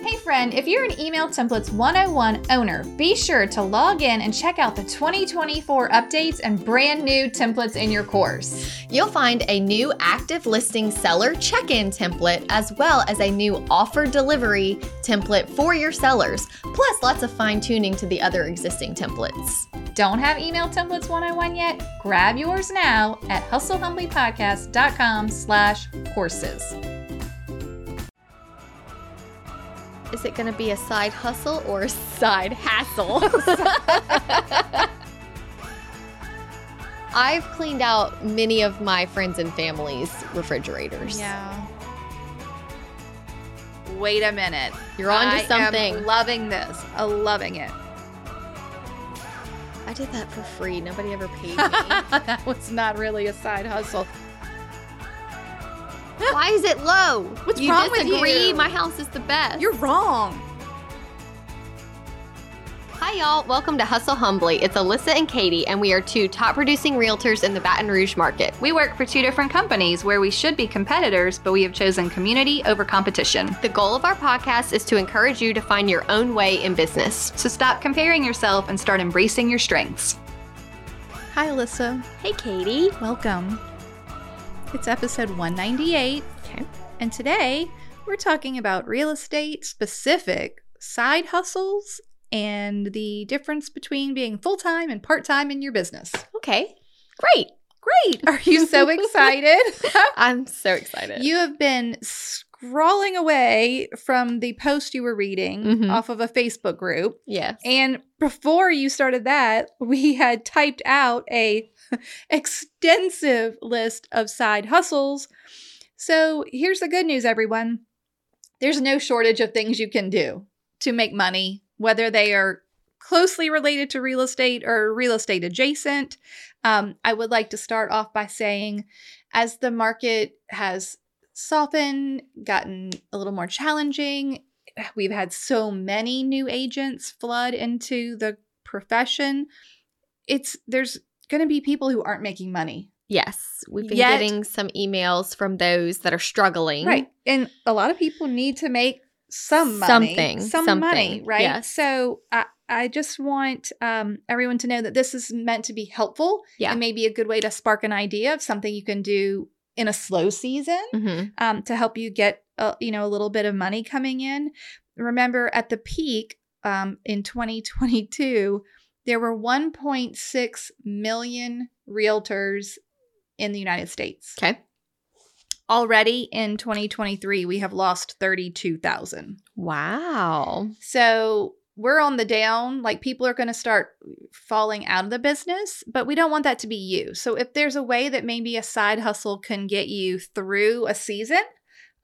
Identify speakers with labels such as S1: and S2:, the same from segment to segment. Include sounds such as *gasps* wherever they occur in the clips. S1: Hey, friend, if you're an Email Templates 101 owner, be sure to log in and check out the 2024 updates and brand new templates in your course.
S2: You'll find a new active listing seller check in template as well as a new offer delivery template for your sellers, plus lots of fine tuning to the other existing templates.
S1: Don't have Email Templates 101 yet? Grab yours now at hustlehumblypodcast.com slash courses.
S2: Is it going to be a side hustle or a side hassle? *laughs* I've cleaned out many of my friends and family's refrigerators.
S1: Yeah. Wait a minute.
S2: You're onto
S1: I
S2: something.
S1: Am loving this. Uh, loving *laughs* it.
S2: I did that for free. Nobody ever *laughs* paid me.
S1: that was not really a side hustle.
S2: Why is it low?
S1: What's
S2: you
S1: wrong with
S2: disagree?
S1: you?
S2: My house is the best.
S1: You're wrong.
S2: Hi, y'all. Welcome to Hustle Humbly. It's Alyssa and Katie, and we are two top producing realtors in the Baton Rouge market.
S1: We work for two different companies where we should be competitors, but we have chosen community over competition.
S2: The goal of our podcast is to encourage you to find your own way in business.
S1: So stop comparing yourself and start embracing your strengths. Hi, Alyssa.
S2: Hey, Katie.
S1: Welcome. It's episode 198.
S2: Okay.
S1: And today we're talking about real estate specific side hustles and the difference between being full time and part time in your business.
S2: Okay. Great.
S1: Great. Are you so excited?
S2: I'm so excited.
S1: You have been scrolling away from the post you were reading
S2: Mhm.
S1: off of a Facebook group.
S2: yes.
S1: And before you started that, we had typed out a *laughs* extensive list of side hustles. So, here's the good news everyone. There's no shortage of things you can do to make money, whether they are closely related to real estate or real estate adjacent. Um, I would like to start off by saying, as the market has softened, gotten a little more challenging, *sighs* we've had so many new agents flood into the profession it's there's going to be people who aren't making money
S2: Yes. We've been
S1: Yet-
S2: getting some emails from those that are struggling.
S1: right and a lot of people need to make some money
S2: Something,
S1: some
S2: something,
S1: money right
S2: yes.
S1: so i i just want um, everyone to know that this is meant to be helpful
S2: Yeah.
S1: and maybe a good way to spark an idea of something you can do in a slow season
S2: hmm
S1: um, to help you get a, you know a little bit of money coming in. Remember, at the peak um, in 2022, there were 1.6 million realtors in the United States.
S2: Okay.
S1: Already in 2023, we have lost 32,000.
S2: Wow.
S1: So we're on the down. Like people are going to start falling out of the business, but we don't want that to be you. So if there's a way that maybe a side hustle can get you through a season,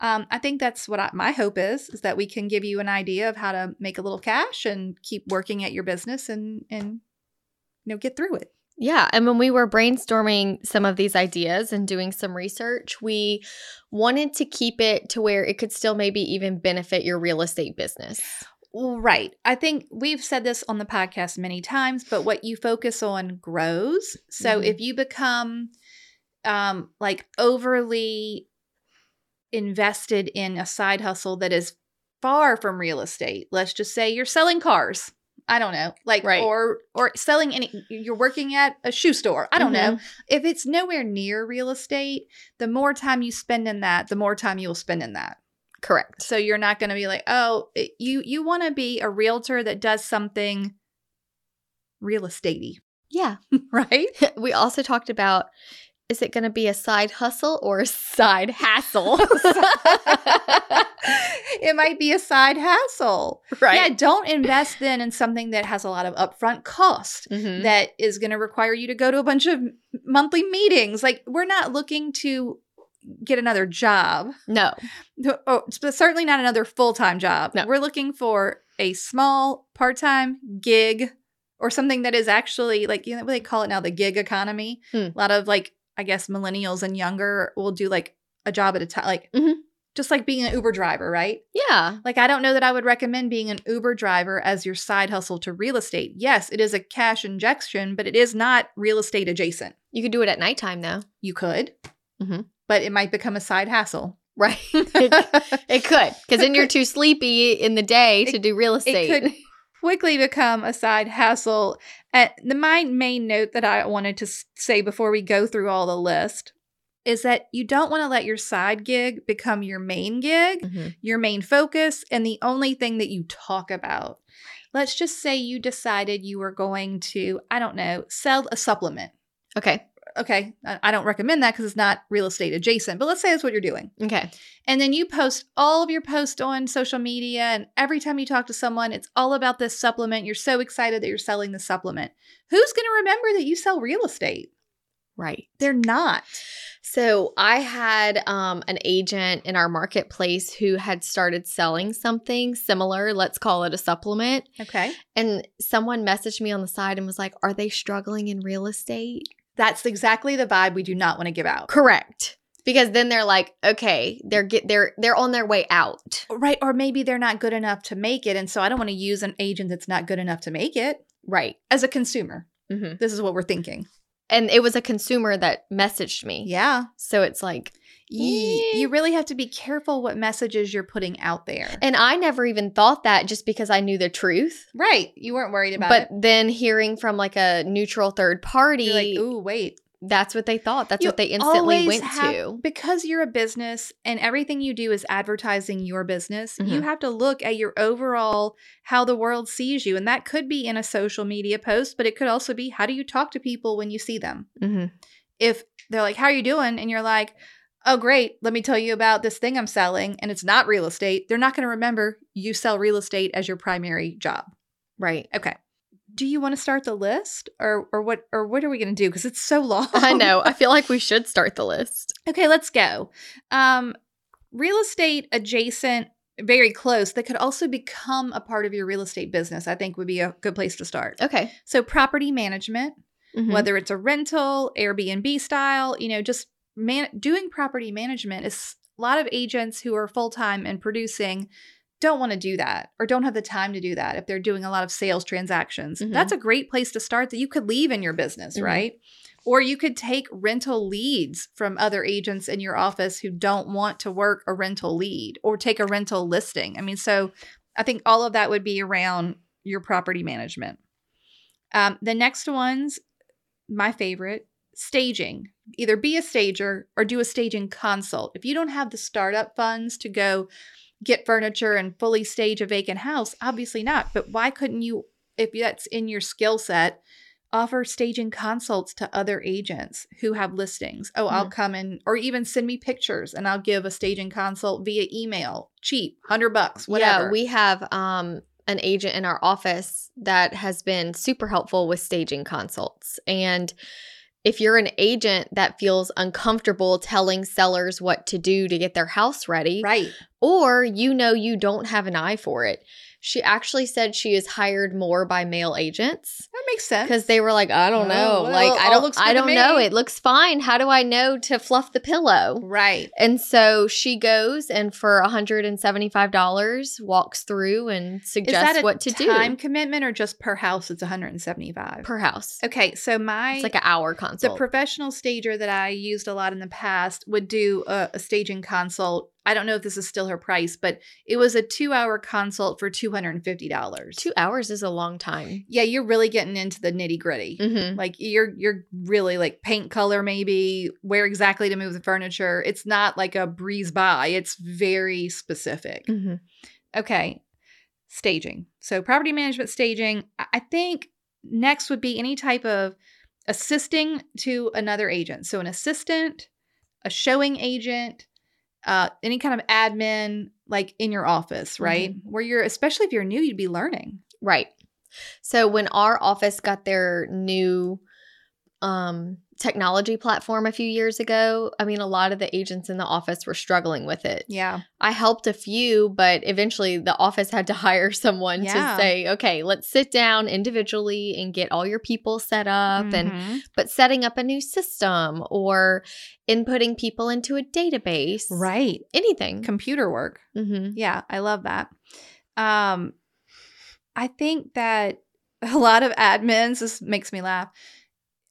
S1: um, I think that's what I, my hope is: is that we can give you an idea of how to make a little cash and keep working at your business and and you know get through it.
S2: Yeah. And when we were brainstorming some of these ideas and doing some research, we wanted to keep it to where it could still maybe even benefit your real estate business.
S1: Right. I think we've said this on the podcast many times, but what you focus on grows. So
S2: Mhm.
S1: if you become um like overly invested in a side hustle that is far from real estate, let's just say you're selling cars. I don't know. Like
S2: Right.
S1: or or selling any you're working at a shoe store. I don't
S2: Mm-hmm.
S1: know. If it's nowhere near real estate, the more time you spend in that, the more time you will spend in that.
S2: Correct.
S1: So you're not going to be like, oh, it- you you want to be a realtor that does something real estatey, *laughs*
S2: Yeah.
S1: right?
S2: *laughs* We also talked about is it going to be a side hustle or a
S1: *laughs*
S2: side hassle? *laughs*
S1: it might be a side hassle. Yeah,
S2: right.
S1: don't invest then in something that has a lot of upfront cost
S2: Mhm.
S1: that is going to require you to go to a bunch of monthly meetings. Like we're not looking to get another job
S2: No.
S1: No, oh, s- but certainly not another full time job.
S2: No.
S1: We're looking for a small part time gig or something that is actually like you know what they call it now the gig economy.
S2: Hmm.
S1: A lot of like I guess millennials and younger will do like a job at a time, like
S2: Mhm.
S1: just like being an Uber driver, right?
S2: Yeah.
S1: Like I don't know that I would recommend being an Uber driver as your side hustle to real estate. Yes, it is a cash injection, but it is not real estate adjacent.
S2: You could do it at nighttime though.
S1: You could,
S2: Mhm.
S1: but it might become a side hassle.
S2: Right.
S1: it
S2: *laughs*
S1: *laughs*
S2: It could, because then you're too sleepy in the day to do real estate.
S1: *laughs* could quickly become a side hassle. Uh, the my main note that I wanted to s- say before we go through all the list is that you don't want to let your side gig become your main gig.
S2: Mhm.
S1: your main focus and the only thing that you talk about. Let's just say you decided you were going to, I don't know, sell a supplement.
S2: Okay.
S1: Okay, I I don't recommend that because it's not real estate adjacent, but let's say that's what you're doing.
S2: Okay.
S1: And then you post all of your posts on social media, and every time you talk to someone, it's all about this supplement. You're so excited that you're selling the supplement. Who's going to remember that you sell real estate?
S2: Right.
S1: They're not.
S2: So I had um, an agent in our marketplace who had started selling something similar. Let's call it a supplement.
S1: Okay.
S2: And someone messaged me on the side and was like, "Are they struggling in real estate?"
S1: That's exactly the vibe we do not want to give out.
S2: Correct. Because then they're like, "Okay, they're get they're they're on their way out."
S1: Right. Or maybe they're not good enough to make it. And so I don't want to use an agent that's not good enough to make it.
S2: Right.
S1: As a consumer,
S2: Mm-hmm.
S1: this is what we're thinking.
S2: And it was a consumer that messaged me.
S1: Yeah.
S2: So it's like,
S1: Ye-
S2: Yeah.
S1: You really have to be careful what messages you're putting out there.
S2: and I never even thought that just because I knew the truth.
S1: right. You weren't worried about
S2: but
S1: it.
S2: then hearing from like a neutral third party,
S1: You're like, ooh, wait.
S2: that's what they thought. That's
S1: You
S2: what they instantly
S1: always
S2: went
S1: have-
S2: to.
S1: Because you're a business and everything you do is advertising your business, you
S2: Mhm.
S1: have to look at your overall how the world sees you. And that could be in a social media post, but it could also be how do you talk to people when you see them? if they're like, How are you doing? And you're like, Oh, great. Let me tell you about this thing I'm selling. And it's not real estate. They're not going to remember you sell real estate as your primary job. *laughs*
S2: Right.
S1: Okay. Do you want to start the list or, or what or what are we going to do? Because it's so *laughs* long.
S2: I know. I feel like we should start the list.
S1: okay, let's go. Um, real estate adjacent, very close, that could also become a part of your real estate business, I think would be a good place to start.
S2: Okay.
S1: So property management,
S2: What?
S1: whether it's a rental, Airbnb style, you know, just man- doing property management is a lot of agents who are full time and producing don't want to do that or don't have the time to do that if they're doing a lot of sales transactions.
S2: Mhm.
S1: That's a great place to start that you could leave in your business,
S2: Mhm.
S1: right? Or you could take rental leads from other agents in your office who don't want to work a rental lead or take a rental listing. I mean, so I think all of that would be around your property management. Um, the next one's my favorite staging. Either be a stager or do a staging consult. If you don't have the startup funds to go get furniture and fully stage a vacant house, obviously not. But why couldn't you, if that's in your skill set, offer staging consults to other agents who have listings? Oh, I'll come in, or even send me pictures and I'll give a staging consult via email, cheap, 100 bucks, whatever.
S2: Yeah, we have um an agent in our office that has been super helpful with staging consults. And if you're an agent that feels uncomfortable telling sellers what to do to get their house ready,
S1: right.
S2: or you know you don't have an eye for it. She actually said she is hired more by male agents
S1: That makes sense.
S2: because they were like, I don't
S1: Oh,
S2: know,
S1: well,
S2: like I
S1: all
S2: don't,
S1: looks good
S2: I
S1: to
S2: don't know.
S1: me."
S2: It looks fine. How do I know to fluff the pillow?
S1: Right.
S2: And so she goes and for $175 walks through and suggests what to
S1: time commitment or just per house? It's 175.
S2: do per house.
S1: okay, so my
S2: It's like an hour
S1: the
S2: consult.
S1: professional stager that I used a lot in the past would do a, a staging consult. I don't know if this is still her price, but it was a two-hour consult for two hundred and fifty dollars.
S2: Two hours is a long time.
S1: Yeah, you're really getting into the nitty gritty.
S2: hmm
S1: Like you're you're really like paint color maybe where exactly to move the furniture. It's not like a breeze by. It's very specific.
S2: hmm
S1: Okay. Staging. So property management staging. I I think next would be any type of assisting to another agent. So an assistant, a showing agent, uh, any kind of admin, like in your office, right? Where you're, especially if you're new, you'd be learning.
S2: Right. So when our office got their new um, technology platform a few years ago, I mean, a lot of the agents in the office were struggling with it.
S1: Yeah.
S2: I helped a few, but eventually the office had to *laughs* hire someone
S1: Yeah.
S2: to say, okay, let's sit down individually and get all your people set up and
S1: Mhm.
S2: but setting up a new system or inputting people into a database.
S1: right.
S2: Anything.
S1: Computer work.
S2: hmm
S1: Yeah, I love that. Um, I think that *laughs* a lot of admins, this makes me laugh,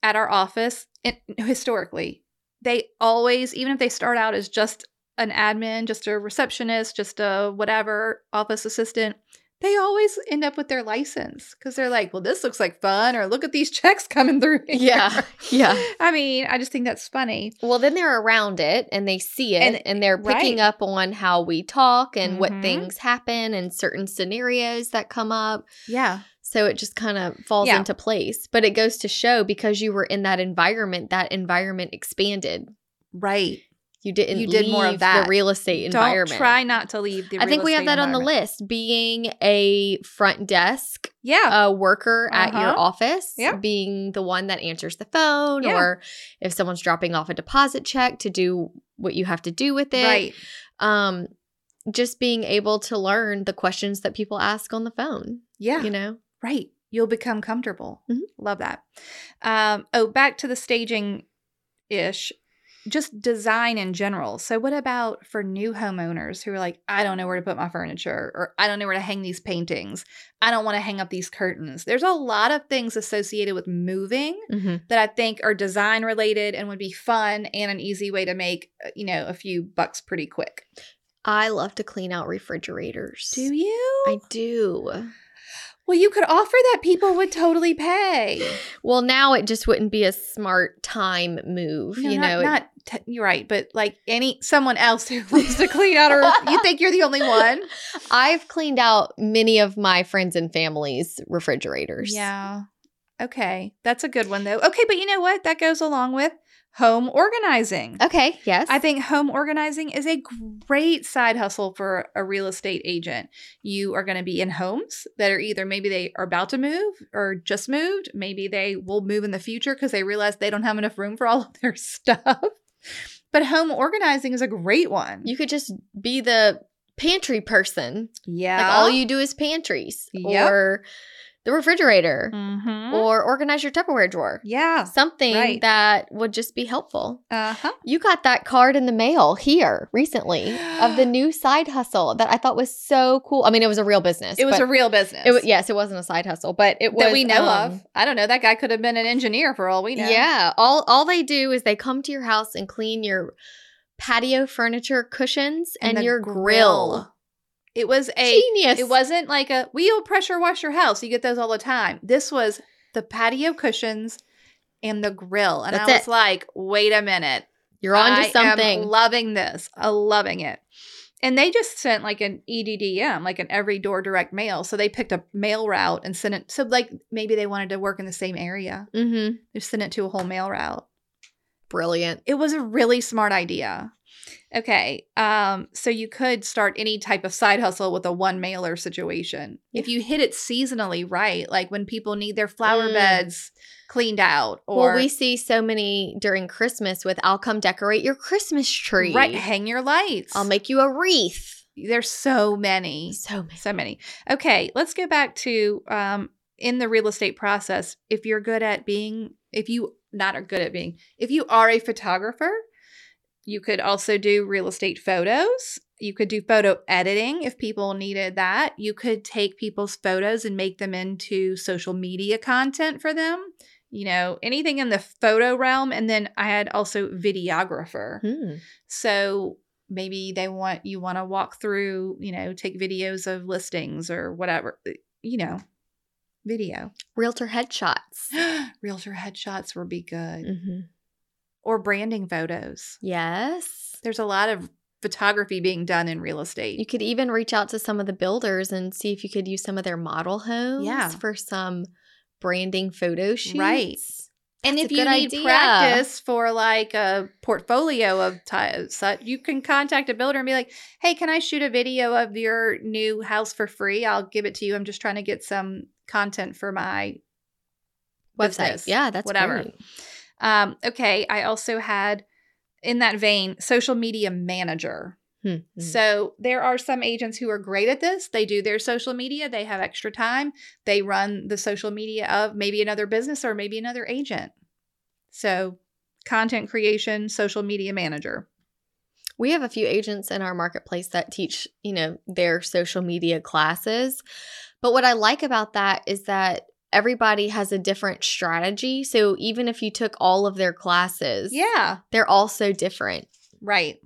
S1: at our office, and historically, they always, even if they start out as just an admin, just a receptionist, just a whatever office assistant, they always end up with their license because they're like, well, this looks like fun, or look at these *laughs* checks coming through. here."
S2: Yeah. Yeah.
S1: *laughs* I mean, I just think that's funny.
S2: Well, then they're around it and they see it and,
S1: And-
S2: they're picking
S1: right.
S2: up on how we talk and what
S1: Mhm.
S2: things happen and certain scenarios that come up.
S1: Yeah.
S2: So it just kind of falls
S1: Yeah.
S2: into place. But it goes to show because you were in that environment, that environment expanded.
S1: Right.
S2: You didn't
S1: You did more of
S2: leave
S1: that.
S2: the real estate
S1: Don't
S2: environment.
S1: try not to leave the
S2: I think we
S1: real
S2: have that
S1: estate
S2: on the
S1: environment.
S2: list being a front desk
S1: Yeah.
S2: a worker at your
S1: Uh-huh.
S2: office
S1: Yeah.
S2: being the one that answers the phone
S1: Yeah.
S2: or if someone's dropping off a deposit check to do what you have to do with it
S1: right.
S2: um just being able to learn the questions that people ask on the phone
S1: Yeah.
S2: you know
S1: Right. You'll become comfortable.
S2: Mhm.
S1: Love that. Um, oh, back to the staging ish, just design in general. So, what about for new homeowners who are like, I don't know where to put my furniture, or I don't know where to hang these paintings, I don't want to hang up these curtains? There's a lot of things associated with moving
S2: Mm-hmm.
S1: that I think are design related and would be fun and an easy way to make, uh, you know, a few bucks pretty quick.
S2: i love to clean out refrigerators
S1: Do you?
S2: i do
S1: well, you could offer that people would totally pay.
S2: well now it just wouldn't be a smart time move
S1: No,
S2: you
S1: not,
S2: know It-
S1: not te- you're right, but like any someone else who *laughs* wants to clean out, or you think you're the only
S2: *laughs*
S1: one?
S2: i've cleaned out many of my friends and family's refrigerators
S1: Yeah. Okay, that's a good one though. Okay, but you know what? That goes along with home organizing.
S2: okay yes
S1: I think home organizing is a great side hustle for a real estate agent. You are going to be in homes that are either maybe they are about to move or just moved. Maybe they will move in the future because they realize they don't have enough room for all of their *laughs* stuff. But home organizing is a great one.
S2: You could just be the pantry person.
S1: yeah.
S2: Like all you do is pantries
S1: Yep.
S2: or the refrigerator
S1: Mm-hmm.
S2: or organize your Tupperware drawer.
S1: yeah.
S2: Something
S1: Right.
S2: that would just be helpful.
S1: Uh huh.
S2: You got that card in the mail here recently
S1: *gasps*
S2: of the new side hustle that I thought was so cool. I mean, it was a real business.
S1: It was
S2: but
S1: a real business.
S2: It was, yes, it wasn't a side hustle, but it was
S1: that we know
S2: um,
S1: of. I don't know. That guy could have been an engineer for all we know.
S2: Yeah, all all they do is they come to your house and clean your patio furniture cushions and,
S1: the
S2: your grill.
S1: It was a.
S2: Genius.
S1: It wasn't like a we'll pressure wash your house. You get those all the time. This was the patio cushions and the grill, and
S2: That's
S1: I was
S2: it.
S1: like, wait a minute,
S2: You're on
S1: I
S2: to
S1: am
S2: something.
S1: loving this. I loving it. And they just sent like an E EDDM, like an every door direct mail. So they picked a mail route and sent it. So like maybe they wanted to work in the same area.
S2: mm-hmm.
S1: They sent it to a whole mail route.
S2: Brilliant.
S1: It was a really smart idea. Okay. Um, so you could start any type of side hustle with a one mailer situation. If you hit it seasonally right, like when people need their flower
S2: Mm.
S1: beds cleaned out or
S2: well, we see so many during Christmas with I'll come decorate your Christmas tree.
S1: right, hang your lights.
S2: I'll make you a wreath.
S1: There's so many.
S2: So many.
S1: Mm-hmm. So many. Okay, let's go back to um in the real estate process. If you're good at being, if you not are good at being, if you are a photographer, you could also do real estate photos. You could do photo editing if people needed that. You could take people's photos and make them into social media content for them. You know, anything in the photo realm. And then I had also videographer.
S2: Hmm.
S1: So maybe they want you want to walk through, you know, take videos of listings or whatever, eh, you know, video. *gasps*
S2: Realtor headshots.
S1: Realtor headshots would be good
S2: hmm
S1: or branding photos.
S2: Yes.
S1: There's a lot of photography being done in real estate.
S2: You could even reach out to some of the builders and see if you could use some of their model homes
S1: Yeah.
S2: for some branding photo shoots.
S1: Right. and
S2: That's
S1: if
S2: a
S1: you
S2: good
S1: need
S2: idea.
S1: practice for like a portfolio of types, you can contact a builder and be like, "Hey, can I shoot a video of your new house for free? I'll give it to you. I'm just trying to get some content for my
S2: Website.
S1: Business,
S2: Yeah, that's
S1: whatever.
S2: great.
S1: Um, okay, I also had in that vein social media manager.
S2: Hmm. Hmm.
S1: So there are some agents who are great at this. They do their social media, they have extra time, they run the social media of maybe another business or maybe another agent. So content creation, social media manager. hmm.
S2: We have a few agents in our marketplace that teach, you know, their social media classes. But what I like about that is that everybody has a different strategy. So even if you took all of their classes,
S1: Yeah,
S2: they're all so different.
S1: right.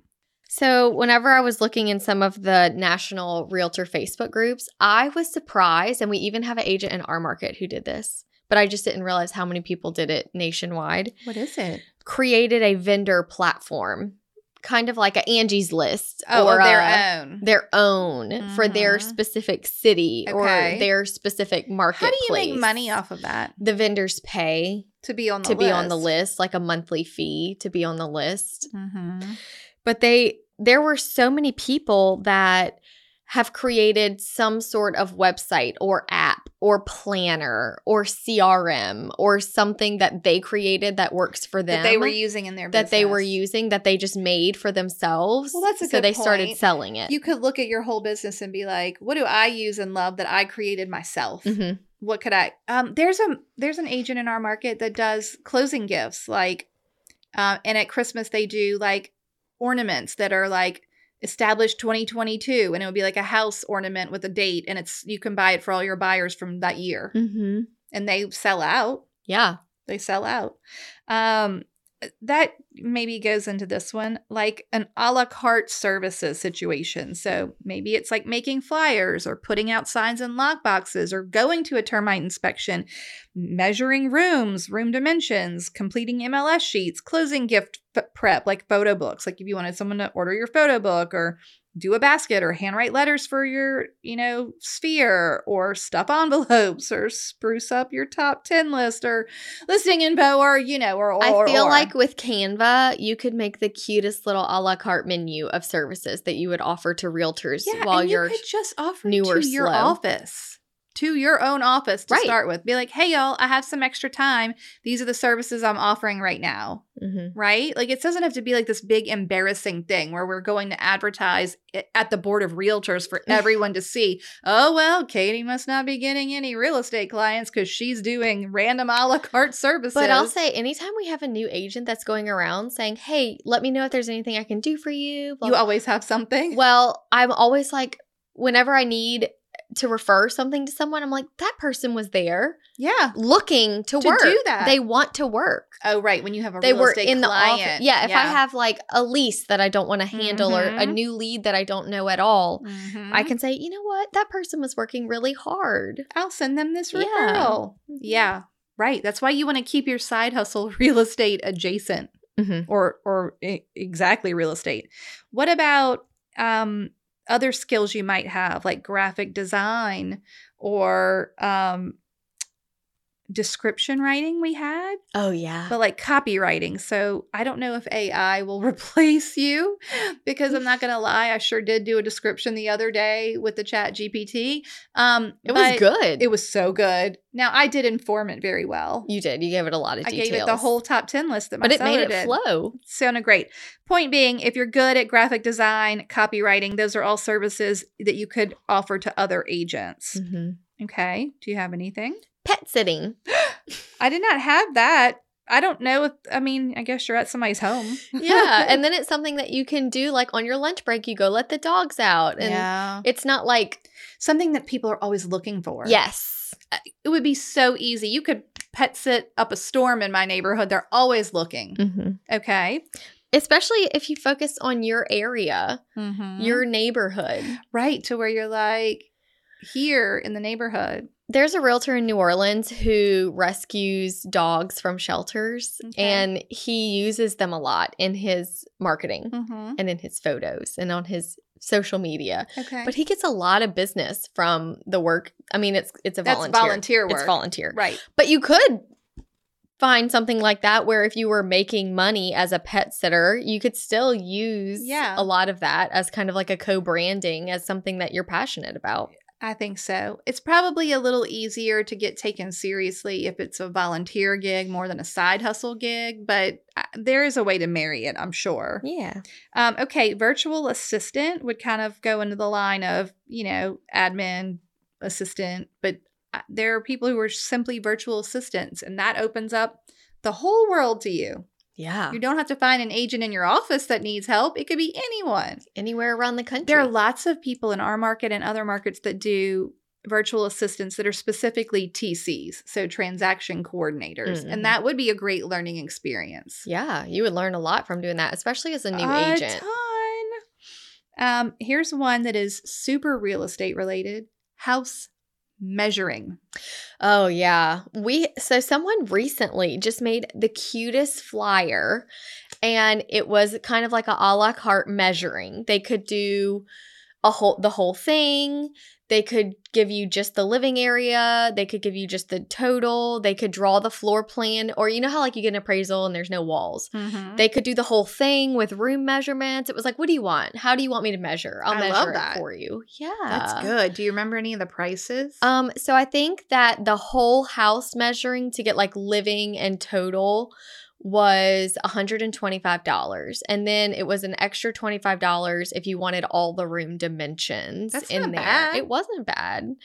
S2: So, whenever I was looking in some of the national realtor Facebook groups, I was surprised, and we even have an agent in our market who did this, but I just didn't realize how many people did it nationwide.
S1: What is it?
S2: Created a vendor platform, kind of like a Angie's List
S1: Oh, of their
S2: a-
S1: own.
S2: uh, their own for their
S1: Mhm.
S2: specific city
S1: Okay.
S2: or their specific
S1: How
S2: marketplace.
S1: do you make money off of that?
S2: The vendors pay
S1: To be on the
S2: to be on the list, like a monthly fee to be on the list.
S1: Mhm.
S2: But they there were so many people that have created some sort of website or app or planner or CRM or something that they created that works for them
S1: that they were using in their
S2: that they were
S1: business.
S2: using that they just made for themselves.
S1: Well, that's a
S2: so
S1: good
S2: they started
S1: point.
S2: selling it.
S1: You could look at your whole business and be like, "What do I use and love that I created myself?
S2: Mhm.
S1: What could I?" Um, there's a there's an agent in our market that does closing gifts, like, uh, and at Christmas they do like ornaments that are like established 2022, and it would be like a house ornament with a date, and it's you can buy it for all your buyers from that year,
S2: Mm-hmm.
S1: and they sell out.
S2: Yeah.
S1: they sell out. Um, that maybe goes into this one, like an a la carte services situation. So maybe it's like making flyers or putting out signs in lockboxes or going to a termite inspection, measuring rooms, room dimensions, completing MLS sheets, closing gift f- prep, like photo books. Like if you wanted someone to order your photo book or do a basket or handwrite letters for your, you know, sphere or stuff envelopes or spruce up your top 10 list or listing info or, you know, or, or
S2: I feel
S1: or.
S2: like with Canva, you could make the cutest little a la carte menu of services that you would offer to realtors
S1: yeah,
S2: while
S1: and
S2: you're.
S1: you could just offer
S2: newer
S1: to your
S2: slow.
S1: office. To your own office to
S2: Right.
S1: start with. Be like, hey, y'all, I have some extra time. These are the services I'm offering right now.
S2: Mhm.
S1: right? Like it doesn't have to be like this big embarrassing thing where we're going to advertise i- at the board of realtors for everyone to see. Oh well, Katie must not be getting any real estate clients because she's doing random a la carte services.
S2: But I'll say, anytime we have a new agent that's going around saying, "Hey, let me know if there's anything I can do for you." blah,
S1: you
S2: blah,
S1: always have something.
S2: Well, I'm always like, whenever I need to refer something to someone, I'm like, that person was there
S1: yeah.
S2: looking to,
S1: To
S2: work.
S1: do that.
S2: They want to work.
S1: Oh right, when you have a
S2: they
S1: real
S2: were
S1: estate
S2: in the
S1: client.
S2: office. Yeah, if I have like a lease that I don't want to handle or a
S1: Mhm.
S2: new lead that I don't know at all,
S1: Mhm.
S2: I can say, you know what, that person was working really hard.
S1: I'll send them this
S2: Yeah.
S1: referral. Yeah.
S2: Mhm.
S1: Right. That's why you want to keep your side hustle *laughs* real estate adjacent.
S2: Mhm.
S1: Or or e- exactly real estate. What about um other skills you might have like graphic design or um description writing we had
S2: Oh yeah.
S1: but like copywriting. So I don't know if AI will *laughs* replace you because I'm not going to lie. I sure did do a description the other day with the chat GPT. Um,
S2: it
S1: but
S2: was good.
S1: It was so good. Now I did inform it very well.
S2: you did. You gave it a lot of
S1: I
S2: details.
S1: gave it the whole top 10 list that my
S2: but it made
S1: seller
S2: it
S1: did.
S2: flow.
S1: Sounded great. Point being, if you're good at graphic design, copywriting, those are all services that you could offer to other agents.
S2: Mm.
S1: Okay. Do you have anything? *laughs*
S2: Pet sitting.
S1: I did not have that. I don't know if, I mean, I guess you're at somebody's home.
S2: Yeah,
S1: *laughs*
S2: and then it's something that you can do like on your lunch break. You go let the dogs out, and
S1: yeah.
S2: it's not like
S1: Something that people are always looking for.
S2: yes, Uh,
S1: It would be so easy. You could pet sit up a storm in my neighborhood. They're always looking.
S2: Mm.
S1: Okay.
S2: especially if you focus on your area,
S1: Mm-hmm. You're
S2: your neighborhood.
S1: right to where you're like here in the neighborhood.
S2: There's a realtor in New Orleans who rescues dogs from shelters
S1: Okay.
S2: and he uses them a lot in his marketing
S1: Mm-hmm.
S2: and in his photos and on his social media.
S1: Okay.
S2: But he gets a lot of business from the work. I mean, it's it's a
S1: That's
S2: volunteer.
S1: volunteer work.
S2: It's volunteer.
S1: Right.
S2: But you could find something like that where if you were making money as a pet sitter, you could still use
S1: Yeah.
S2: a lot of that as kind of like a co-branding as something that you're passionate about.
S1: I think so. It's probably a little easier to get taken seriously if it's a volunteer gig more than a side hustle gig, but uh, there is a way to marry it, I'm sure.
S2: Yeah.
S1: Um, okay, virtual assistant would kind of go into the line of, you know, admin assistant, but uh, there are people who are simply virtual assistants, and that opens up the whole world to you.
S2: Yeah.
S1: You don't have to find an agent in your office that needs help, it could be anyone.
S2: Anywhere around the country.
S1: There are lots of people in our market and other markets that do virtual assistants that are specifically TCs, so transaction coordinators,
S2: Mhm.
S1: and that would be a great learning experience.
S2: Yeah, you would learn a lot from doing that, especially as a new
S1: a
S2: agent.
S1: ton. Um, here's one that is super real estate related house measuring.
S2: Oh yeah. We so someone recently just made the cutest flyer and it was kind of like a a la carte measuring. They could do a whole the whole thing. They could give you just the living area, they could give you just the total, they could draw the floor plan or you know how like you get an appraisal and there's no walls.
S1: Mm-hmm.
S2: They could do the whole thing with room measurements. It was like, what do you want? How do you want me to measure? I'll
S1: I
S2: measure
S1: love
S2: it
S1: that.
S2: for you. Yeah.
S1: That's good. Do you remember any of the prices?
S2: Um, so I think that the whole house measuring to get like living and total was $125. And then it was an extra $25 if you wanted all the room dimensions
S1: That's
S2: in
S1: not
S2: there.
S1: bad.
S2: It wasn't bad.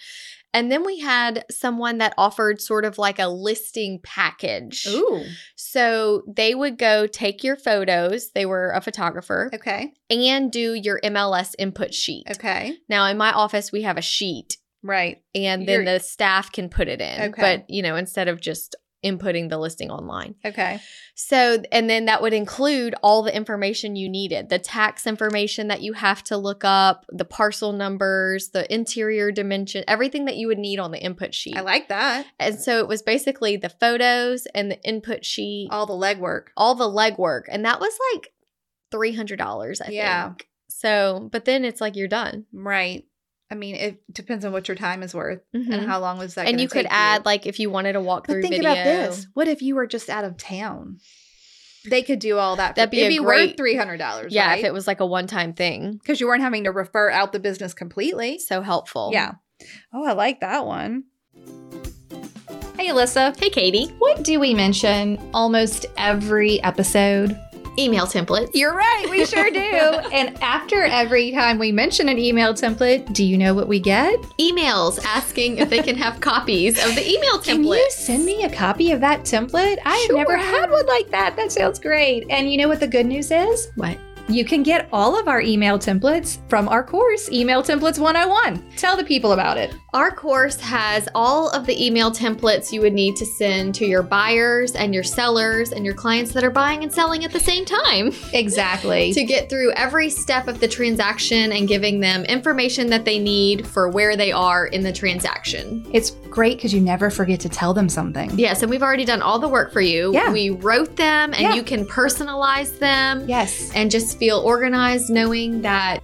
S2: And then we had someone that offered sort of like a listing package.
S1: Ooh.
S2: So they would go take your photos, they were a photographer,
S1: Okay.
S2: and do your MLS input sheet.
S1: Okay.
S2: Now, in my office, we have a sheet
S1: Right.
S2: and then
S1: You're-
S2: the staff can put it in.
S1: Okay.
S2: But, you know, instead of just inputting the listing online.
S1: Okay.
S2: So, and then that would include all the information you needed the tax information that you have to look up, the parcel numbers, the interior dimension, everything that you would need on the input sheet.
S1: I like that.
S2: and so it was basically the photos and the input sheet, all,
S1: All the legwork.
S2: the legwork. And that was like $300, I
S1: Yeah.
S2: think. So, but then it's like you're done.
S1: Right. I mean, it depends on what your time is worth
S2: Mhm.
S1: Mm-hmm. and how long was that.
S2: and
S1: gonna
S2: you could
S1: take
S2: add like if you wanted a
S1: But
S2: walkthrough
S1: think
S2: video.
S1: about this: what if you were just out of town? They could do all that. for-
S2: That'd be
S1: it'd
S2: a
S1: be worth
S2: great-
S1: three hundred dollars.
S2: Yeah, if it was like a one time thing.
S1: because you weren't having to refer out the business completely.
S2: So helpful.
S1: Yeah. Oh, I like that one. Hey, Alyssa.
S2: Hey, Katie.
S1: What do we mention almost every episode?
S2: Email templates.
S1: You're right, we sure *laughs* do. and after every time we mention an email template, do you know what we get?
S2: emails asking if they can *laughs* have copies of the email template.
S1: Can you send me a copy of that template? I have never
S2: Sure.
S1: had one like that. That sounds great. And you know what the good news is?
S2: What?
S1: You can get all of our email templates from our course, Email Templates 101. Tell the people about it.
S2: Our course has all of the email templates you would need to send to your buyers and your sellers and your clients that are buying and selling at the same time
S1: Exactly.
S2: to get through every step of the transaction and giving them information that they need for where they are in the transaction.
S1: it's great because you never forget to tell them something.
S2: Yes, and we've already done all the work for you.
S1: Yeah.
S2: We wrote them and
S1: Yeah.
S2: you can personalize them
S1: Yes.
S2: and just feel organized knowing that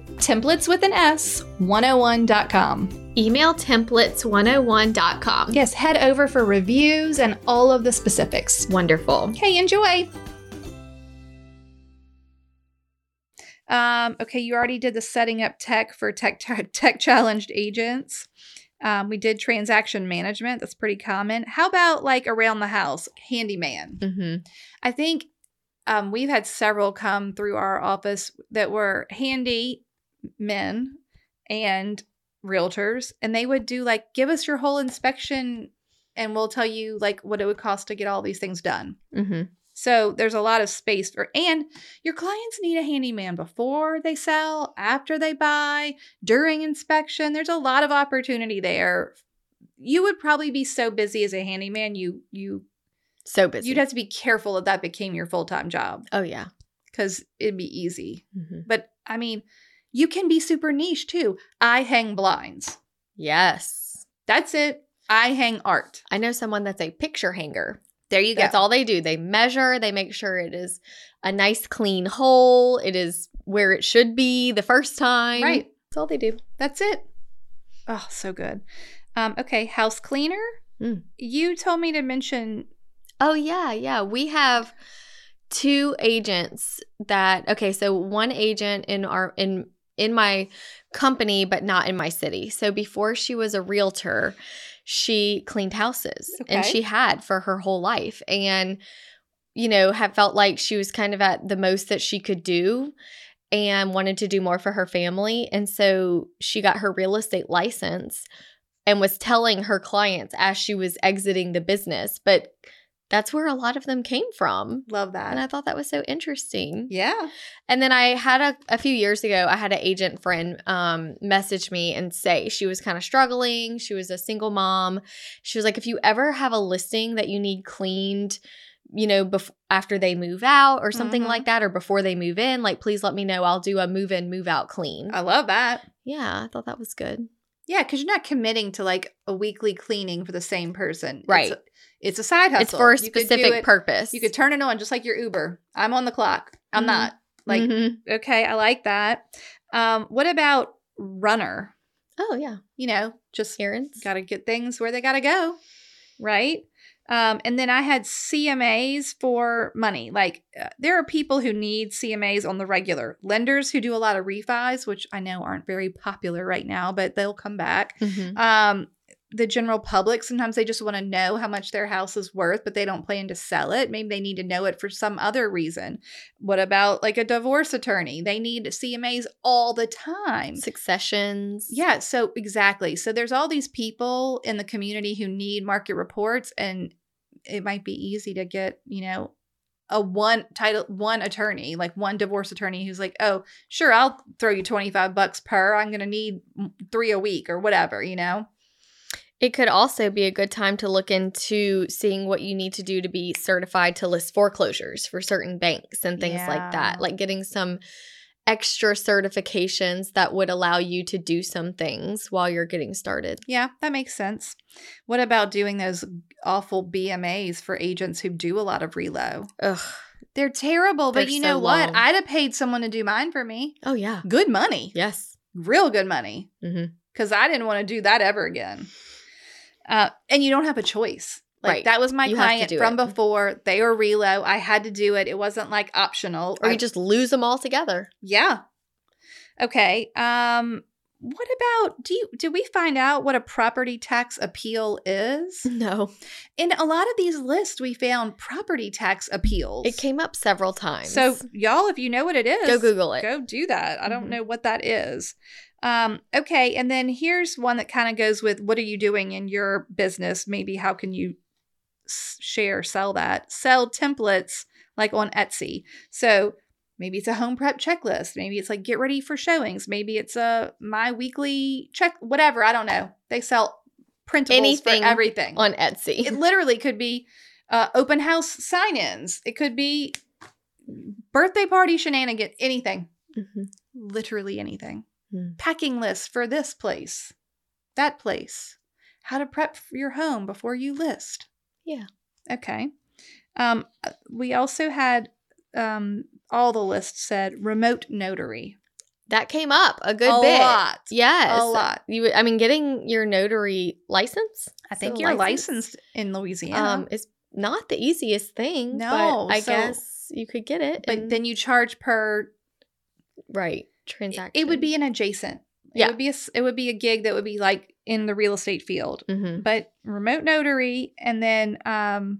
S1: templates with an S 101.com.
S2: Emailtemplates101.com.
S1: Yes, head over for reviews and all of the specifics.
S2: Wonderful.
S1: Okay, enjoy. Um, okay, you already did the setting up tech for tech *laughs* tech challenged agents. Um, we did transaction management. That's pretty common. How about like around the house, handyman?
S2: hmm
S1: I think um, we've had several come through our office that were handy men and realtors, and they would do like, give us your whole inspection, and we'll tell you like what it would cost to get all these things done.
S2: hmm
S1: So there's a lot of space for, and your clients need a handyman before they sell, after they buy, during inspection. There's a lot of opportunity there. You would probably be so busy as a handyman, you you
S2: So busy.
S1: You'd have to be careful that that became your full time job
S2: oh, yeah.
S1: because it'd be easy.
S2: hmm
S1: But I mean, you can be super niche too. I hang blinds.
S2: Yes.
S1: That's it. I hang art.
S2: I know someone that's a picture hanger.
S1: There you
S2: That's all they do. They measure, they make sure it is a nice clean hole, it is where it should be the first time.
S1: Right.
S2: That's all they do.
S1: That's it. Oh, so good. Um, okay, house cleaner.
S2: Mm.
S1: You told me to mention.
S2: Oh yeah, yeah. We have two agents that okay, so one agent in our in in my company but not in my city. So before she was a realtor, she cleaned houses and
S1: Okay.
S2: she had for her whole life and you know, had felt like she was kind of at the most that she could do and wanted to do more for her family. And so she got her real estate license and was telling her clients as she was exiting the business. But that's where a lot of them came from.
S1: Love
S2: And
S1: that.
S2: I thought that was so interesting.
S1: Yeah.
S2: And then I had a, a few years ago, I had an agent friend um, message me and say she was kind of struggling. She was a single mom. She was like, if you ever have a listing that you need cleaned, you know, bef- after they move out or something
S1: Mhm.
S2: like that, or before they move in, like, please let me know. I'll do a move in, move out clean.
S1: I love that.
S2: yeah, I thought that was good.
S1: Yeah, because you're not committing to like a weekly cleaning for the same person. It's
S2: Right.
S1: a, it's a side hustle.
S2: It's for a
S1: You could do
S2: specific
S1: it-
S2: purpose.
S1: You could turn it on just like your Uber. I'm on the clock. I'm
S2: Mhm.
S1: not. Like,
S2: Mhm.
S1: okay, I like that. Um, what about runner?
S2: oh, yeah,
S1: You know, just
S2: errands.
S1: got to get things where they got to go, right? Um, and then I had CMAs for money. Like uh, there are people who need CMAs on the regular. Lenders who do a lot of refis, which I know aren't very popular right now, but they'll come back.
S2: Mhm.
S1: Um, the general public sometimes they just want to know how much their house is worth, but they don't plan to sell it. Maybe they need to know it for some other reason. What about like a divorce attorney? They need CMAs all the time.
S2: Successions.
S1: Yeah, so exactly. So there's all these people in the community who need market reports and it might be easy to get, you know, a one title one attorney, like one divorce attorney who's like, "Oh, sure, I'll throw you 25 bucks per. I'm going to need 3 a week or whatever, you know."
S2: It could also be a good time to look into seeing what you need to do to be certified to list foreclosures for certain banks and things like
S1: Yeah.
S2: that. Like getting some extra certifications that would allow you to do some things while you're getting started.
S1: Yeah, that makes sense. What about doing those awful BMAs for agents who do a lot of relo?
S2: Ugh.
S1: They're terrible, but
S2: They're
S1: you
S2: so
S1: know what?
S2: long.
S1: I'd have paid someone to do mine for me.
S2: Oh yeah.
S1: Good money.
S2: Yes.
S1: real good money because
S2: Mhm.
S1: I didn't want to do that ever again. Uh, and you don't have a choice. Like
S2: Right.
S1: that was my
S2: You have to
S1: client
S2: do
S1: from
S2: it.
S1: before. They were relo. I had to do it. It wasn't like optional.
S2: Or
S1: I-
S2: you just lose them all together.
S1: *laughs* yeah. Okay. Um. What about do you do we find out what a property tax appeal is?
S2: No.
S1: In a lot of these lists, we found property tax appeals.
S2: It came up several times.
S1: So y'all, if you know what it is,
S2: go Google it.
S1: go do that. I don't
S2: Mhm.
S1: know what that is. Um, okay, and then here's one that kind of goes with what are you doing in your business? Maybe how can you s- share, sell that? Sell templates like on Etsy. So maybe it's a home prep checklist. Maybe it's like get ready for showings. Maybe it's a my weekly check, whatever. I don't know. They sell printables
S2: Anything
S1: for everything.
S2: on Etsy. *laughs*
S1: it literally could be uh, open house sign ins, it could be birthday party shenanigan, anything
S2: Mhm.
S1: literally anything.
S2: Hmm.
S1: Packing lists for this place, that place, how to prep for your home before you list.
S2: Yeah.
S1: Okay. Um, uh, we also had um, all the lists said remote notary.
S2: That came up a good
S1: a
S2: bit.
S1: lot.
S2: Yes.
S1: A lot.
S2: You would- I mean getting your notary license
S1: I think
S2: So
S1: you're
S2: license-
S1: licensed in Louisiana.
S2: Um, it's not the easiest thing.
S1: No,
S2: but I
S1: so-
S2: guess you could get it.
S1: but
S2: and-
S1: then you charge per
S2: right
S1: it-
S2: transaction.
S1: it would be an adjacent. It
S2: Yeah.
S1: would be a, s- it would be a gig that would be like in the real estate field.
S2: hmm
S1: but remote notary and then um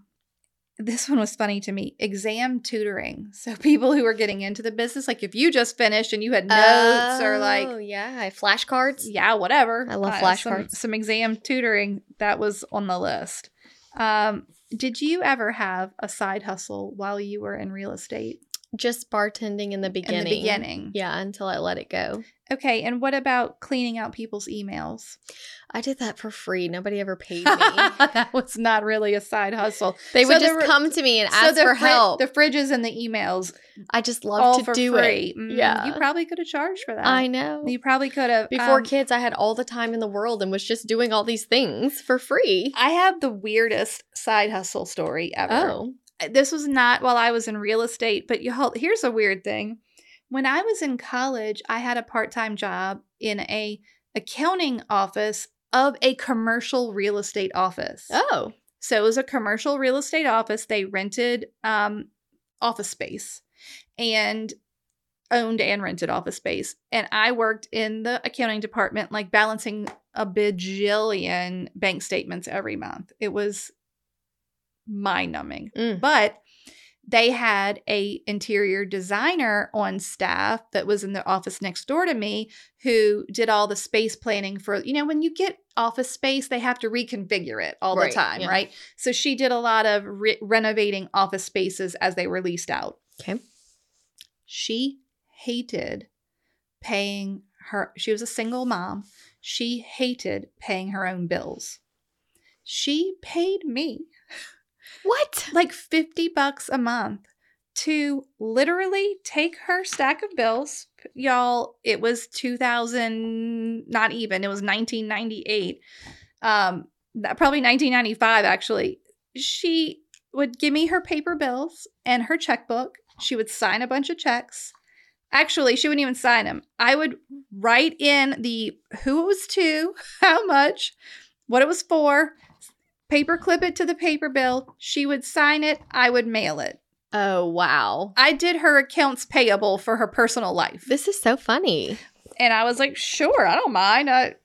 S1: this one was funny to me exam tutoring so *laughs* people who are getting into the business like if you just finished and you had notes or
S2: Oh,
S1: like
S2: yeah, flashcards.
S1: yeah whatever uh,
S2: I love
S1: some-
S2: flashcards.
S1: some exam tutoring that was on the list um did you ever have a side hustle while you were in real estate
S2: Just bartending in the beginning.
S1: in the beginning
S2: Yeah, until I let it go.
S1: okay and what about cleaning out people's emails *laughs*
S2: I did that for free. Nobody ever paid me.
S1: that was not really a side hustle
S2: they would
S1: So there
S2: just
S1: were-
S2: come to me and ask for
S1: fri-
S2: help.
S1: the fridges and the emails
S2: I just
S1: all
S2: love to
S1: for
S2: do it.
S1: free. Mm,
S2: Yeah.
S1: you probably could have charged for that.
S2: I know.
S1: You probably could have
S2: Before
S1: um,
S2: kids, I had all the time in the world and was just doing all these things for free.
S1: I have the weirdest side hustle story ever.
S2: Oh,
S1: Uh, This was not while I was in real estate, but y'all, here's a weird thing. When I was in college, I had a part-time job in a accounting office of a commercial real estate office.
S2: oh,
S1: So it was a commercial real estate office. They rented um, office space and owned and rented office space. And I worked in the accounting department, like balancing a bajillion bank statements every month. It was mind numbing.
S2: Mm.
S1: But they had a interior designer on staff that was in the office next door to me who did all the space planning for you know when you get office space they have to reconfigure it all
S2: Right,
S1: the time
S2: yeah.
S1: right so she did a lot of re- renovating office spaces as they were leased out
S2: Okay.
S1: she hated paying her she was a single mom she hated paying her own bills she paid me
S2: What?
S1: like 50 bucks a month to literally take her stack of bills y'all it was 2000 not even it was 1998 um that- probably 1995 actually she would give me her paper bills and her checkbook she would sign a bunch of checks actually she wouldn't even sign them i would write in the who it was to *laughs* how much what it was for paper clip it to the paper bill she would sign it i would mail it
S2: Oh, wow.
S1: I did her accounts payable for her personal life.
S2: This is so funny.
S1: And I was like, sure, I don't mind. I,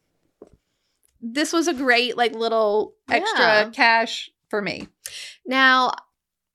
S1: this was a great like little extra
S2: Yeah.
S1: cash for me.
S2: Now,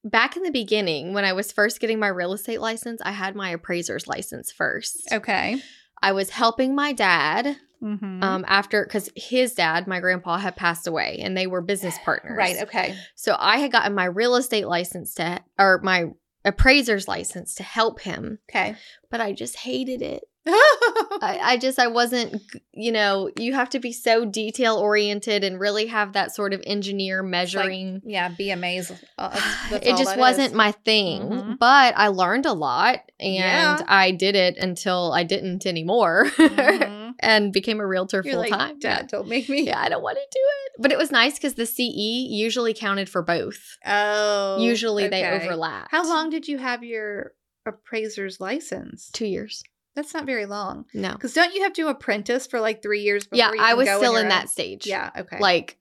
S2: back in the beginning, when I was first getting my real estate license, I had my appraiser's license first.
S1: Oh. Okay.
S2: I was helping my dad
S1: Mm-hmm.
S2: um, after, because his dad, my grandpa, had passed away and they
S1: *sighs*
S2: were business partners.
S1: right. oh. Okay.
S2: So I had gotten my real estate license to, or my appraiser's license to help him, *laughs*
S1: Okay.
S2: but I just hated it. I, I just, I wasn't, you know, you have to be so detail oriented and really have that sort of engineer measuring.
S1: yeah. BMA's. Uh,
S2: *sighs*
S1: that's- that's
S2: it
S1: all
S2: just
S1: that
S2: wasn't
S1: is.
S2: my thing,
S1: Mhm.
S2: but I learned a lot and
S1: Yeah.
S2: I did it until I didn't anymore *laughs*
S1: Mhm.
S2: and became a realtor
S1: You're
S2: full
S1: like,
S2: time.
S1: Dad, don't make
S2: *laughs*
S1: me.
S2: Yeah, I don't want to do it. But it was nice because the CE usually counted for both.
S1: Oh.
S2: usually they
S1: okay.
S2: overlap.
S1: How long did you have your appraiser's license?
S2: Two years.
S1: That's not very long.
S2: No.
S1: Because don't you have to apprentice for like three years? Before
S2: Yeah,
S1: you
S2: I
S1: can
S2: was
S1: go
S2: still
S1: your
S2: in
S1: own-
S2: that stage.
S1: Yeah. Okay.
S2: Like,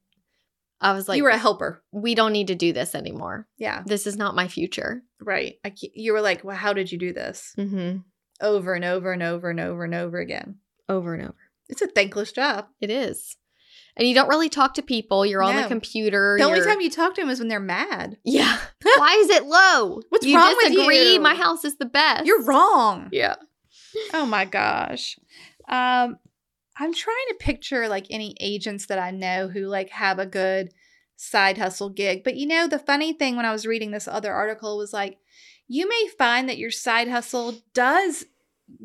S2: I was like,
S1: you were a helper.
S2: we don't need to do this anymore.
S1: Yeah.
S2: This is not my future.
S1: Right. I, ca- you were like, well, how did you do this
S2: Mm-hmm.
S1: over and over and over and over and over again?
S2: Over and over.
S1: It's a thankless job.
S2: It is. And you don't really talk to people. You're on the
S1: No.
S2: computer.
S1: The only
S2: you're-
S1: time you talk to them is when they're mad. *laughs*
S2: Yeah. Why is it low?
S1: What's wrong with
S2: disagree.
S1: you?
S2: My house is the best.
S1: You're wrong.
S2: Yeah.
S1: Oh my gosh. Um, I'm trying to picture like any agents that I know who like have a good side hustle gig. But you know, the funny thing when I was reading this other article was like, you may find that your side hustle does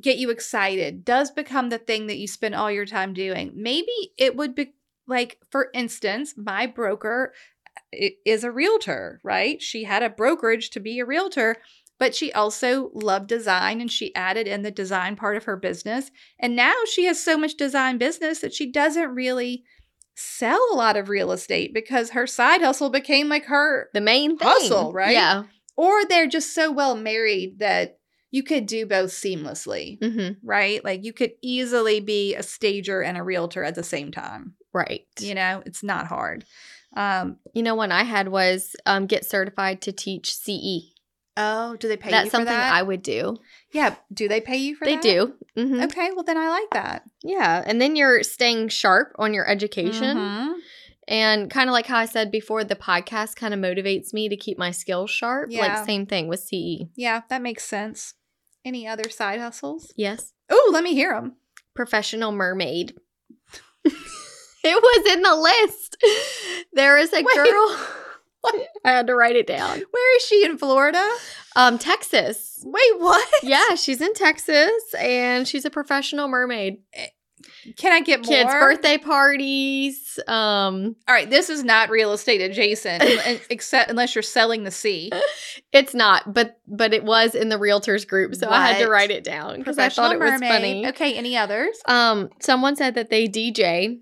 S1: get you excited, does become the thing that you spend all your time doing. Maybe it would be like, for instance, my broker uh, i- is a realtor, right? She had a brokerage to be a realtor, but she also loved design and she added in the design part of her business. And now she has so much design business that she doesn't really sell a lot of real estate because her side hustle became like her
S2: The main thing.
S1: Hustle, right?
S2: Yeah.
S1: or they're just so well married that you could do both seamlessly,
S2: hmm
S1: right? Like you could easily be a stager and a realtor at the same time.
S2: Right.
S1: You know, it's not hard. Um,
S2: You know, one I had was um, get certified to teach CE.
S1: oh, do they pay
S2: That's
S1: you for
S2: something
S1: that?
S2: I would do.
S1: yeah, do they pay you for
S2: They
S1: that?
S2: do. hmm
S1: Okay, well then I like that.
S2: Yeah. And then you're staying sharp on your education.
S1: Mhm.
S2: And kind of like how I said before, the podcast kind of motivates me to keep my skills sharp.
S1: Yeah.
S2: Like, same thing with E. CE.
S1: Yeah, that makes sense. Any other side hustles?
S2: Yes.
S1: Oh, let me hear them.
S2: professional mermaid. *laughs* it was in the list. There is a
S1: Wait. *laughs*
S2: girl. I had to write it down.
S1: Where is she in Florida?
S2: Um, Texas.
S1: Wait, what?
S2: Yeah, she's in Texas and she's a professional mermaid.
S1: Can I get more?
S2: Kids' birthday parties. Um,
S1: All right, this is not real estate *laughs* adjacent, un- except unless you're selling the sea.
S2: it's not, but but it was in the realtors group, so I had to
S1: What?
S2: write it down because I
S1: Professional
S2: thought it was
S1: mermaid.
S2: funny.
S1: Okay, any others?
S2: Um, someone said that they DJ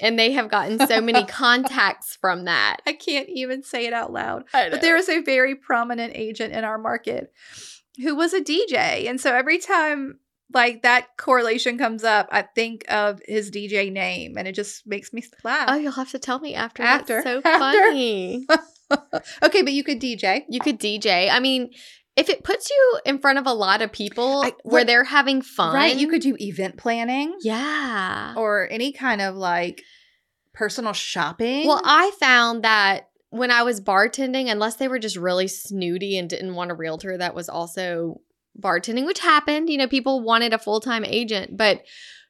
S2: and they have gotten
S1: *laughs*
S2: so many contacts from that.
S1: I can't even say it out loud.
S2: I know.
S1: But there was a very prominent agent in our market who was a DJ. And so every time like that correlation comes up, I think of his DJ name and it just makes me *laughs* laugh.
S2: Oh, you'll have to tell me after.
S1: After.
S2: That's so
S1: *laughs* After.
S2: funny.
S1: okay, but you could DJ.
S2: You could DJ. I mean, if it puts you in front of a lot of people
S1: I-
S2: where
S1: look-
S2: they're having fun,
S1: Right. You could do event planning
S2: Yeah.
S1: or any kind of like personal shopping.
S2: Well, I found that when I was bartending, unless they were just really snooty and didn't want a realtor that was also bartending, which happened, you know, people wanted a full time agent, but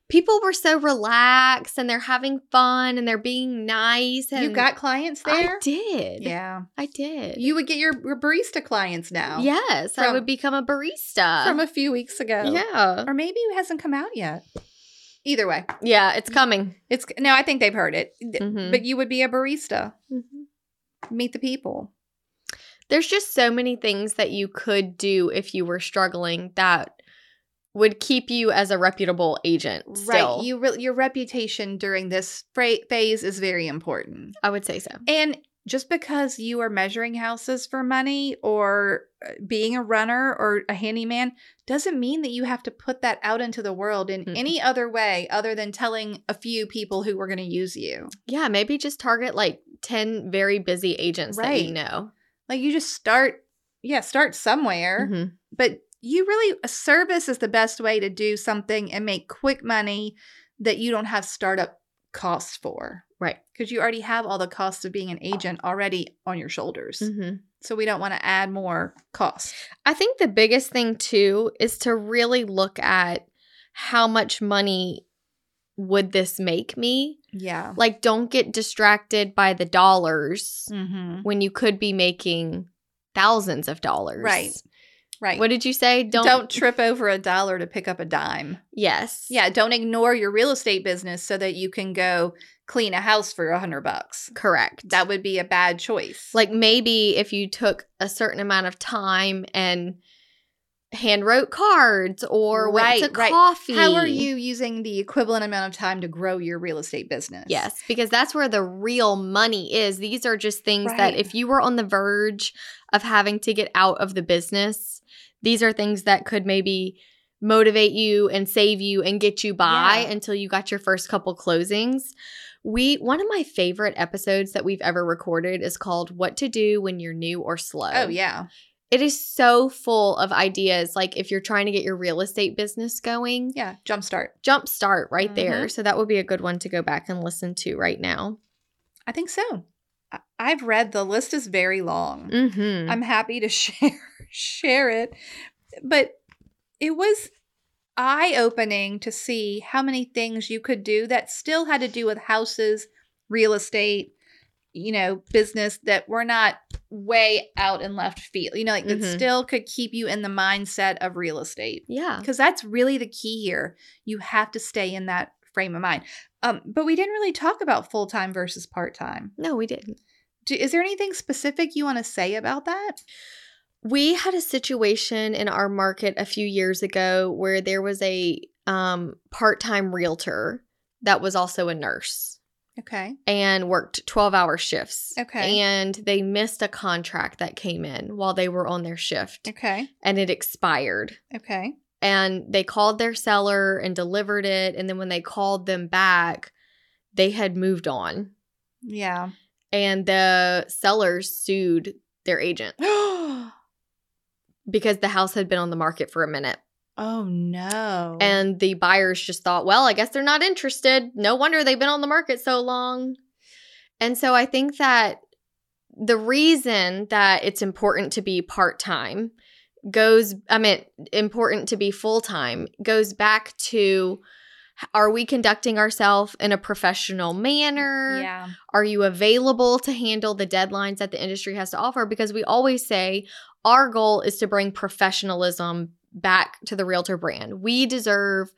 S2: people were so relaxed and they're having fun and they're being nice. And
S1: you got clients there?
S2: I did.
S1: Yeah.
S2: I did.
S1: You would get your, your barista clients now.
S2: yes, I
S1: From-
S2: would become a barista.
S1: From a few weeks ago.
S2: yeah.
S1: Or maybe it hasn't come out yet. Either way,
S2: Yeah, it's coming.
S1: it's no, I think they've heard it. Th-
S2: Mhm.
S1: But you would be a barista.
S2: Mhm.
S1: Meet the people.
S2: There's just so many things that you could do if you were struggling that would keep you as a reputable agent. Still.
S1: Right. You re- your reputation during this fra- phase is very important.
S2: I would say so.
S1: And just because you are measuring houses for money or uh, being a runner or a handyman doesn't mean that you have to put that out into the world in
S2: Mm.
S1: any other way other than telling a few people who are going to use you.
S2: Yeah, maybe just target like 10 very busy agents that
S1: Right.
S2: you know.
S1: Like you just start, yeah, start somewhere,
S2: Mhm.
S1: but you really, a service is the best way to do something and make quick money that you don't have startup costs for.
S2: Right.
S1: Because you already have all the costs of being an agent already on your shoulders.
S2: Mhm.
S1: So we don't want to add more costs.
S2: I think the biggest thing too is to really look at how much money would this make me?
S1: Yeah.
S2: Like, don't get distracted by the dollars
S1: Mm-hmm.
S2: when you could be making thousands of dollars.
S1: Right. Right.
S2: What did you say? Don't.
S1: don't, trip over a dollar to pick up a dime.
S2: yes.
S1: Yeah. Don't ignore your real estate business so that you can go clean a house for a hundred bucks.
S2: Correct.
S1: That would be a bad choice.
S2: like maybe if you took a certain amount of time and hand wrote cards or went
S1: Right,
S2: to
S1: right.
S2: coffee.
S1: how are you using the equivalent amount of time to grow your real estate business?
S2: Yes, because that's where the real money is. These are just things that
S1: Right.
S2: if you were on the verge of having to get out of the business, these are things that could maybe motivate you and save you and get you by
S1: Yeah.
S2: until you got your first couple closings. We one of my favorite episodes that we've ever recorded is called What to Do When You're New or Slow.
S1: Oh yeah.
S2: It is so full of ideas like if you're trying to get your real estate business going
S1: Yeah. Mm-hmm. Jumpstart.
S2: jump start right there. So that would be a good one to go back and listen to right now.
S1: I think so. I- I've read the list is very long.
S2: Mm-hmm.
S1: I'm happy to *laughs* share share it. But it was eye opening to see how many things you could do that still had to do with houses, real estate, you know, business that were not way out in left field. You know, like that
S2: Mhm.
S1: still could keep you in the mindset of real estate.
S2: yeah.
S1: Because that's really the key here. You have to stay in that frame of mind. Um, but we didn't really talk about full time versus part time.
S2: No, we didn't.
S1: Do Is there anything specific you want to say about that?
S2: We had a situation in our market a few years ago where there was a um, part time realtor that was also a nurse
S1: Okay.
S2: and worked 12 hour shifts.
S1: Okay.
S2: And they missed a contract that came in while they were on their shift
S1: Okay.
S2: and it expired.
S1: Okay.
S2: and they called their seller and delivered it and then when they called them back they had moved on
S1: *gasps* Yeah.
S2: and the sellers sued their agent
S1: oh
S2: because the house had been on the market for a minute
S1: Oh, no.
S2: and the buyers just thought well i guess they're not interested no wonder they've been on the market so long and so i think that the reason that it's important to be part-time goes i mean important to be full-time goes back to are we conducting ourselves in a professional manner
S1: yeah.
S2: are you available to handle the deadlines that the industry has to offer? Because we always say our goal is to bring professionalism back to the realtor brand. We deserve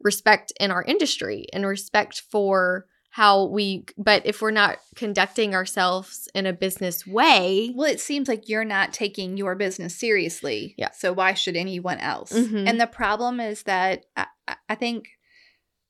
S2: respect in our industry and respect for how we, but if we're not conducting ourselves in a business way,
S1: Well, it seems like you're not taking your business seriously.
S2: Yeah.
S1: So why should anyone else?
S2: Mhm.
S1: And the problem is that I, I- I think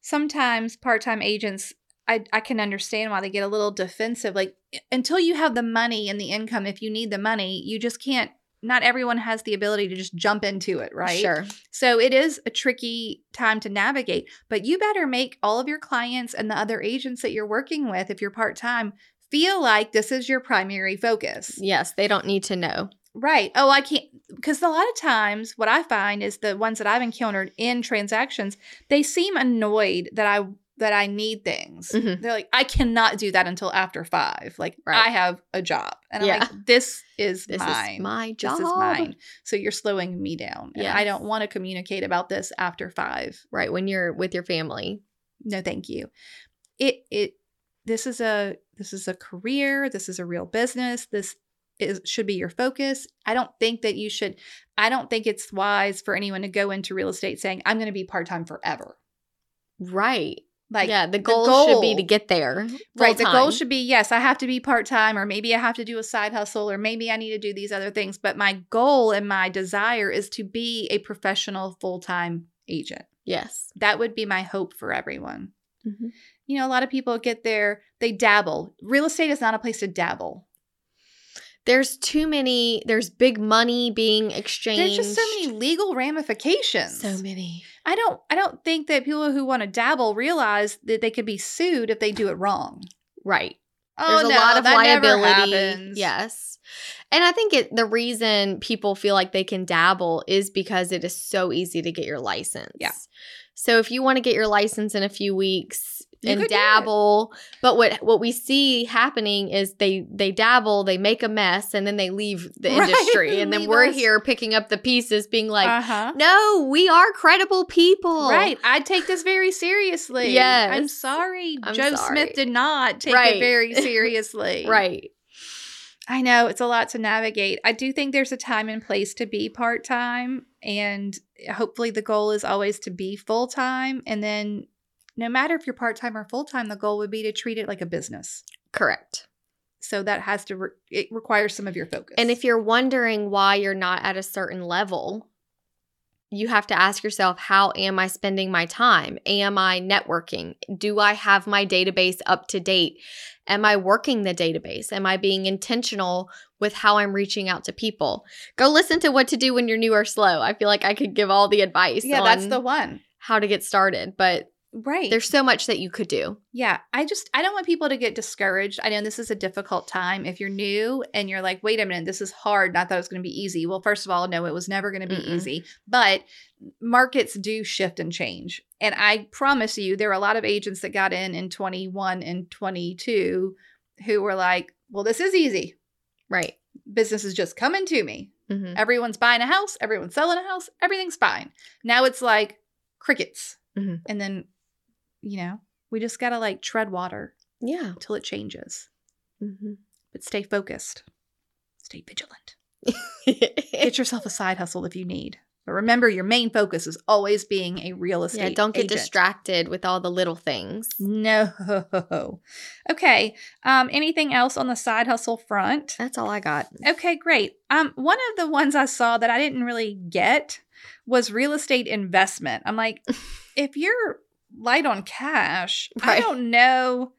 S1: sometimes part-time agents I, I can understand why they get a little defensive. Like until you have the money and the income, if you need the money, you just can't. Not everyone has the ability to just jump into it, right?
S2: Sure.
S1: So it is a tricky time to navigate, but you better make all of your clients and the other agents that you're working with, if you're part time, feel like this is your primary focus.
S2: Yes, they don't need to know.
S1: Right. Oh, I can't, because a lot of times what I find is the ones that I've encountered in transactions, they seem annoyed that I that I need things.
S2: Mhm.
S1: They're like, I cannot do that until after five. Like,
S2: Right.
S1: I have a job. And
S2: Yeah.
S1: I'm like, this is
S2: This
S1: mine.
S2: is my
S1: This
S2: job.
S1: is mine. So you're slowing me down. And I
S2: Yes.
S1: don't want to communicate about this after five.
S2: Right. When you're with your family.
S1: No, thank you. It it this is a this is a career. This is a real business. This is should be your focus. I don't think that you should I don't think it's wise for anyone to go into real estate saying, I'm gonna be part-time forever.
S2: Right.
S1: Like
S2: yeah. The goal, should be to
S1: goal-
S2: get there.
S1: Right. The
S2: full-time.
S1: goal should be yes, I have to be part time, or maybe I have to do a side hustle, or maybe I need to do these other things. But my goal and my desire is to be a professional full time agent.
S2: Yes.
S1: That would be my hope for everyone.
S2: Mhm.
S1: You know, a lot of people get there, they dabble. Real estate is not a place to dabble.
S2: There's too many. There's big money being exchanged.
S1: There's just so many legal ramifications.
S2: So many.
S1: I don't I don't think that people who want to dabble realize that they could be sued if they do it wrong.
S2: Right.
S1: Oh,
S2: There's a
S1: no,
S2: lot of
S1: that
S2: liability.
S1: Never happens.
S2: Yes. And I think it, the reason people feel like they can dabble is because it is so easy to get your license.
S1: Yeah.
S2: So if you want to get your license in a few weeks
S1: You
S2: and
S1: could do it.
S2: dabble, but what what we see happening is they they dabble, they make a mess and then they leave the
S1: *laughs* Right.
S2: industry and then
S1: Leave
S2: we're
S1: us.
S2: here picking up the pieces being like,
S1: uh-huh.
S2: "No, we are credible people."
S1: Right. I take this very seriously.
S2: Yes.
S1: I'm sorry.
S2: I'm
S1: Joe
S2: sorry.
S1: Smith did not take
S2: *laughs* Right.
S1: it very seriously.
S2: Right.
S1: I know it's a lot to navigate. I do think there's a time and place to be part time. And hopefully the goal is always to be full time. And then no matter if you're part time or full time, the goal would be to treat it like a business.
S2: Correct.
S1: So that has to, re- it requires some of your focus.
S2: And if you're wondering why you're not at a certain level, you have to ask yourself how am I spending my time? Am I networking? Do I have my database up to date? Am I working the database? Am I being intentional with how I'm reaching out to people? Go listen to what to do when you're new or slow. I feel like I could give all the advice
S1: yeah,
S2: on
S1: that's the one.
S2: how to get started, but
S1: Right.
S2: there's so much that you could do.
S1: Yeah, I just I don't want people to get discouraged. I know this is a difficult time if you're new and you're like, "Wait a minute, this is hard. And I thought it was going to be easy." Well, first of all, no, it was never going to be
S2: Mm-mm.
S1: easy. But markets do shift and change. And I promise you there are a lot of agents that got in in 21 and 22 who were like, "Well, this is easy.
S2: Right.
S1: Business is just coming to me.
S2: hmm
S1: Everyone's buying a house, everyone's selling a house, everything's fine." Now it's like crickets.
S2: Mhm.
S1: And then you know, we just got to like tread water
S2: Yeah.
S1: until it changes. Mm-hmm.
S2: hmm
S1: But stay focused, stay vigilant.
S2: *laughs*
S1: Get yourself a side hustle if you need. But remember, your main focus is always being a real estate.
S2: yeah. Don't get
S1: agent.
S2: distracted with all the little things.
S1: No. *laughs* Okay. Um, anything else on the side hustle front?
S2: That's all I got.
S1: Okay, great. Um, one of the ones I saw that I didn't really get was real estate investment. I'm
S2: *laughs*
S1: like, if you're light on cash, I
S2: Right. Mm.
S1: don't know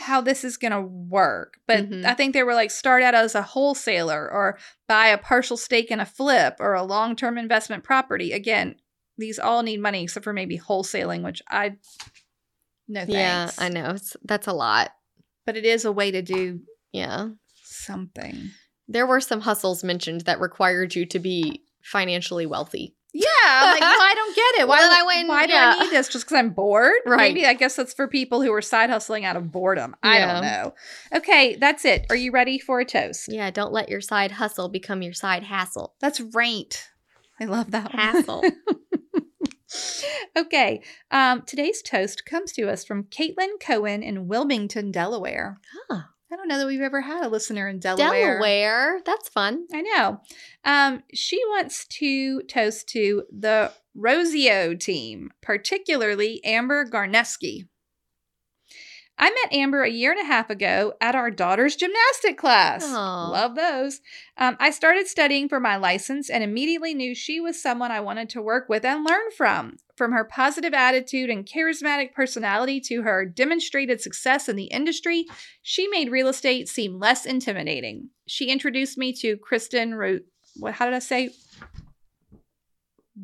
S1: how this is going to work. But
S2: Mhm.
S1: I think they were like, start out as a wholesaler or buy a partial stake in a flip or a long term investment property. Again, these all need money except for maybe wholesaling, which I no thanks.
S2: Yeah, I know. It's, that's a lot.
S1: But it is a way to do
S2: Yeah.
S1: something.
S2: There were some hustles mentioned that required you to be financially wealthy.
S1: Yeah, I'm like, no, I don't get it. Why do
S2: Well, then
S1: I
S2: I wouldn't-
S1: Why do
S2: yeah.
S1: I need this? Just because I'm bored?
S2: Right.
S1: Maybe I guess that's for people who are side hustling out of boredom. I don't
S2: Yeah.
S1: know. Okay, that's it. Are you ready for a toast?
S2: Yeah, don't let your side hustle become your side hassle.
S1: That's right. I love that. one.
S2: *laughs* Hassle.
S1: *laughs* okay. Um, today's toast comes to us from Caitlin Cohen in Wilmington, Delaware.
S2: Huh.
S1: I don't know that we've ever had a listener in
S2: Delaware. That's fun.
S1: I know. Um, she wants to toast to the Rosio team, particularly Amber Garneski. I met Amber a year and a half ago at our daughter's gymnastic class.
S2: Aw.
S1: Love those. Um, I started studying for my license and immediately knew she was someone I wanted to work with and learn from. From her positive attitude and charismatic personality to her demonstrated success in the industry, she made real estate seem less intimidating. She introduced me to Kristen Ro- what how did I say?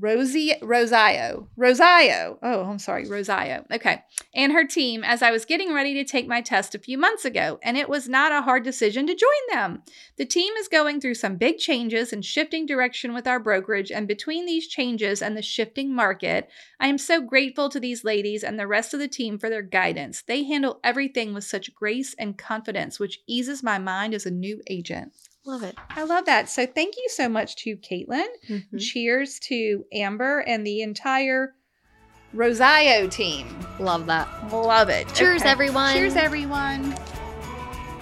S1: Rosie Rosario. Rosario. Oh, I'm sorry, Rosario. Okay. And her team as I was getting ready to take my test a few months ago, and it was not a hard decision to join them. The team is going through some big changes and shifting direction with our brokerage, and between these changes and the shifting market, I am so grateful to these ladies and the rest of the team for their guidance. They handle everything with such grace and confidence, which eases my mind as a new agent.
S2: Love it.
S1: I love that. So thank you so much to Caitlin.
S2: Mhm.
S1: Cheers to Amber and the entire Rosario team.
S2: Love that.
S1: Love it.
S2: Cheers,
S1: Okay.
S2: everyone.
S1: Cheers, everyone.